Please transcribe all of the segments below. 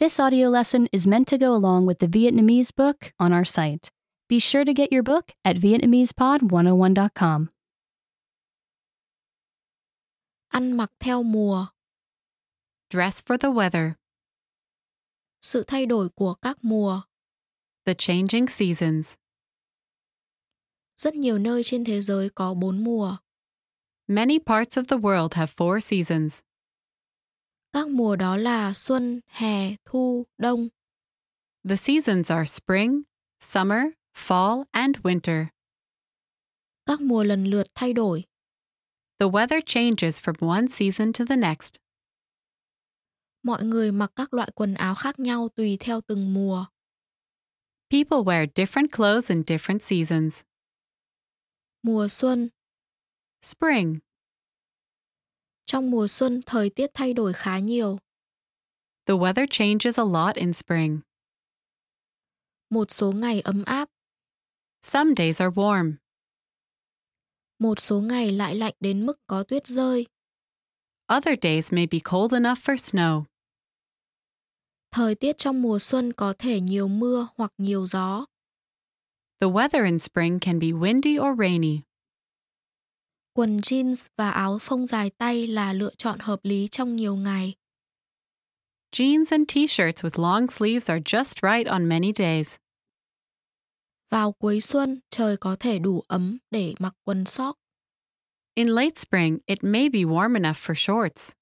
This audio lesson is meant to go along with the Vietnamese book on our site. Be sure to get your book at VietnamesePod101.com. ăn mặc theo mùa, Dress for the weather, sự thay đổi của các mùa. the changing seasons. Rất nhiều nơi trên thế giới có bốn mùa. Many parts of the world have four seasons. Các mùa đó là xuân, hè, thu, đông. The seasons are spring, summer, fall, and winter. Các mùa lần lượt thay đổi. The weather changes from one season to the next. Mọi người mặc các loại quần áo khác nhau tùy theo từng mùa. People wear different clothes in different seasons. Mùa xuân. Spring. Trong mùa xuân, thời tiết thay đổi khá nhiều. The weather changes a lot in spring. Một số ngày ấm áp, Some days are warm. một số ngày lại lạnh đến mức có tuyết rơi. Other days may be cold enough for snow. Thời tiết trong mùa xuân có thể nhiều mưa hoặc nhiều gió. The weather in spring can be windy or rainy. Quần jeans và áo phông dài tay là lựa chọn hợp lý trong nhiều ngày. Jeans and t shirts with long sleeves are just right on many days. Vào cuối xuân, trời có thể đủ ấm để mặc quần sóc. In late spring, it may be warm enough for shorts.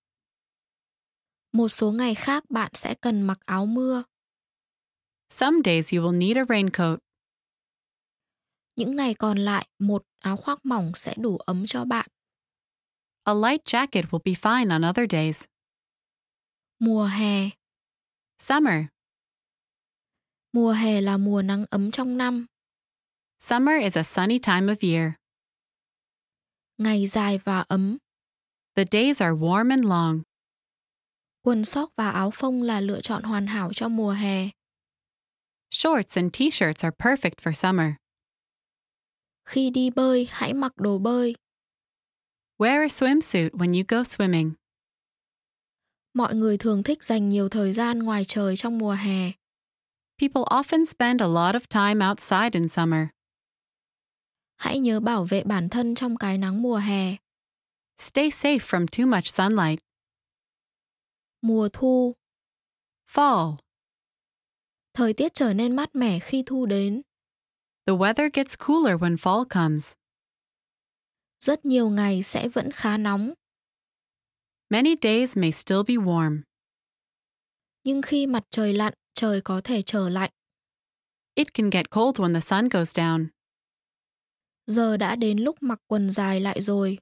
Một số ngày khác bạn sẽ cần mặc áo mưa. Some days you will need a raincoat. Những ngày còn lại, một áo khoác mỏng sẽ đủ ấm cho bạn. A light jacket will be fine on other days. Mùa hè Summer. Mùa hè là mùa nắng ấm trong năm. Summer is a sunny time of year. Ngày dài và ấm. The days are warm and long. Quần sóc và áo phông là lựa chọn hoàn hảo cho mùa hè. Shorts and t shirts are perfect for summer. Khi đi bơi, hãy mặc đồ bơi. Wear a swimsuit when you go swimming. Mọi người thường thích dành nhiều thời gian ngoài trời trong mùa hè. People often spend a lot of time outside in summer. Hãy nhớ bảo vệ bản thân trong cái nắng mùa hè. Stay safe from too much sunlight. Mùa thu, Fall. thời tiết trở nên mát mẻ khi thu đến. The weather gets cooler when fall comes. Rất nhiều ngày sẽ vẫn khá nóng, Many days may still be warm. nhưng khi mặt trời lặn, trời có thể trở lạnh. It can get cold when the sun goes down. Giờ đã đến lúc mặc quần dài lại rồi.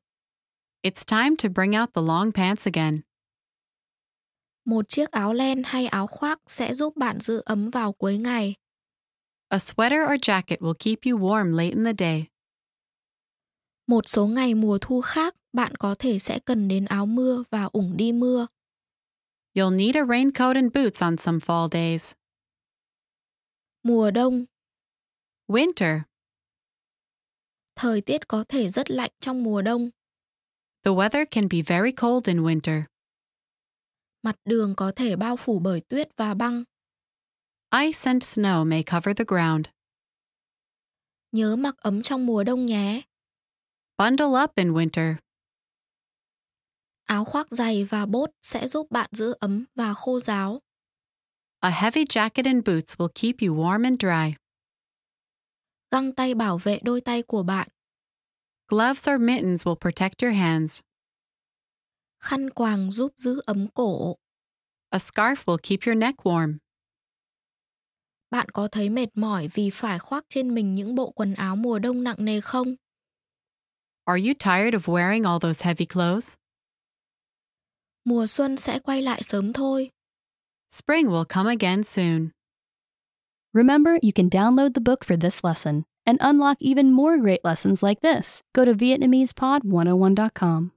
It's time to bring out the long pants again. Một chiếc áo len hay áo khoác sẽ giúp bạn giữ ấm vào cuối ngày. A sweater or jacket will keep you warm late in the day. Một số ngày mùa thu khác, bạn có thể sẽ cần đến áo mưa và ủng đi mưa. You'll need a raincoat and boots on some fall days. Mùa đông, Winter. thời tiết có thể rất lạnh trong mùa đông. The weather can be very cold in winter. Mặt đường có thể bao phủ bởi tuyết và băng. Ice and snow may cover the ground. Nhớ mặc ấm trong mùa đông nhé. Bundle up in winter. Áo khoác dày và bốt sẽ giúp bạn giữ ấm và khô ráo. A heavy jacket and boots will keep you warm and dry. Găng tay bảo vệ đôi tay của bạn. Gloves or mittens will protect your hands. Khăn quàng giúp giữ ấm cổ. A scarf will keep your neck warm. Bạn có thấy mệt mỏi vì phải khoác trên mình những bộ quần áo mùa đông nặng nề không? Are you tired of wearing all those heavy clothes? Mùa xuân sẽ quay lại sớm thôi. Spring will come again soon. Remember, you can download the book for this oh lesson and unlock even more great lessons like this. Go to VietnamesePod101.com.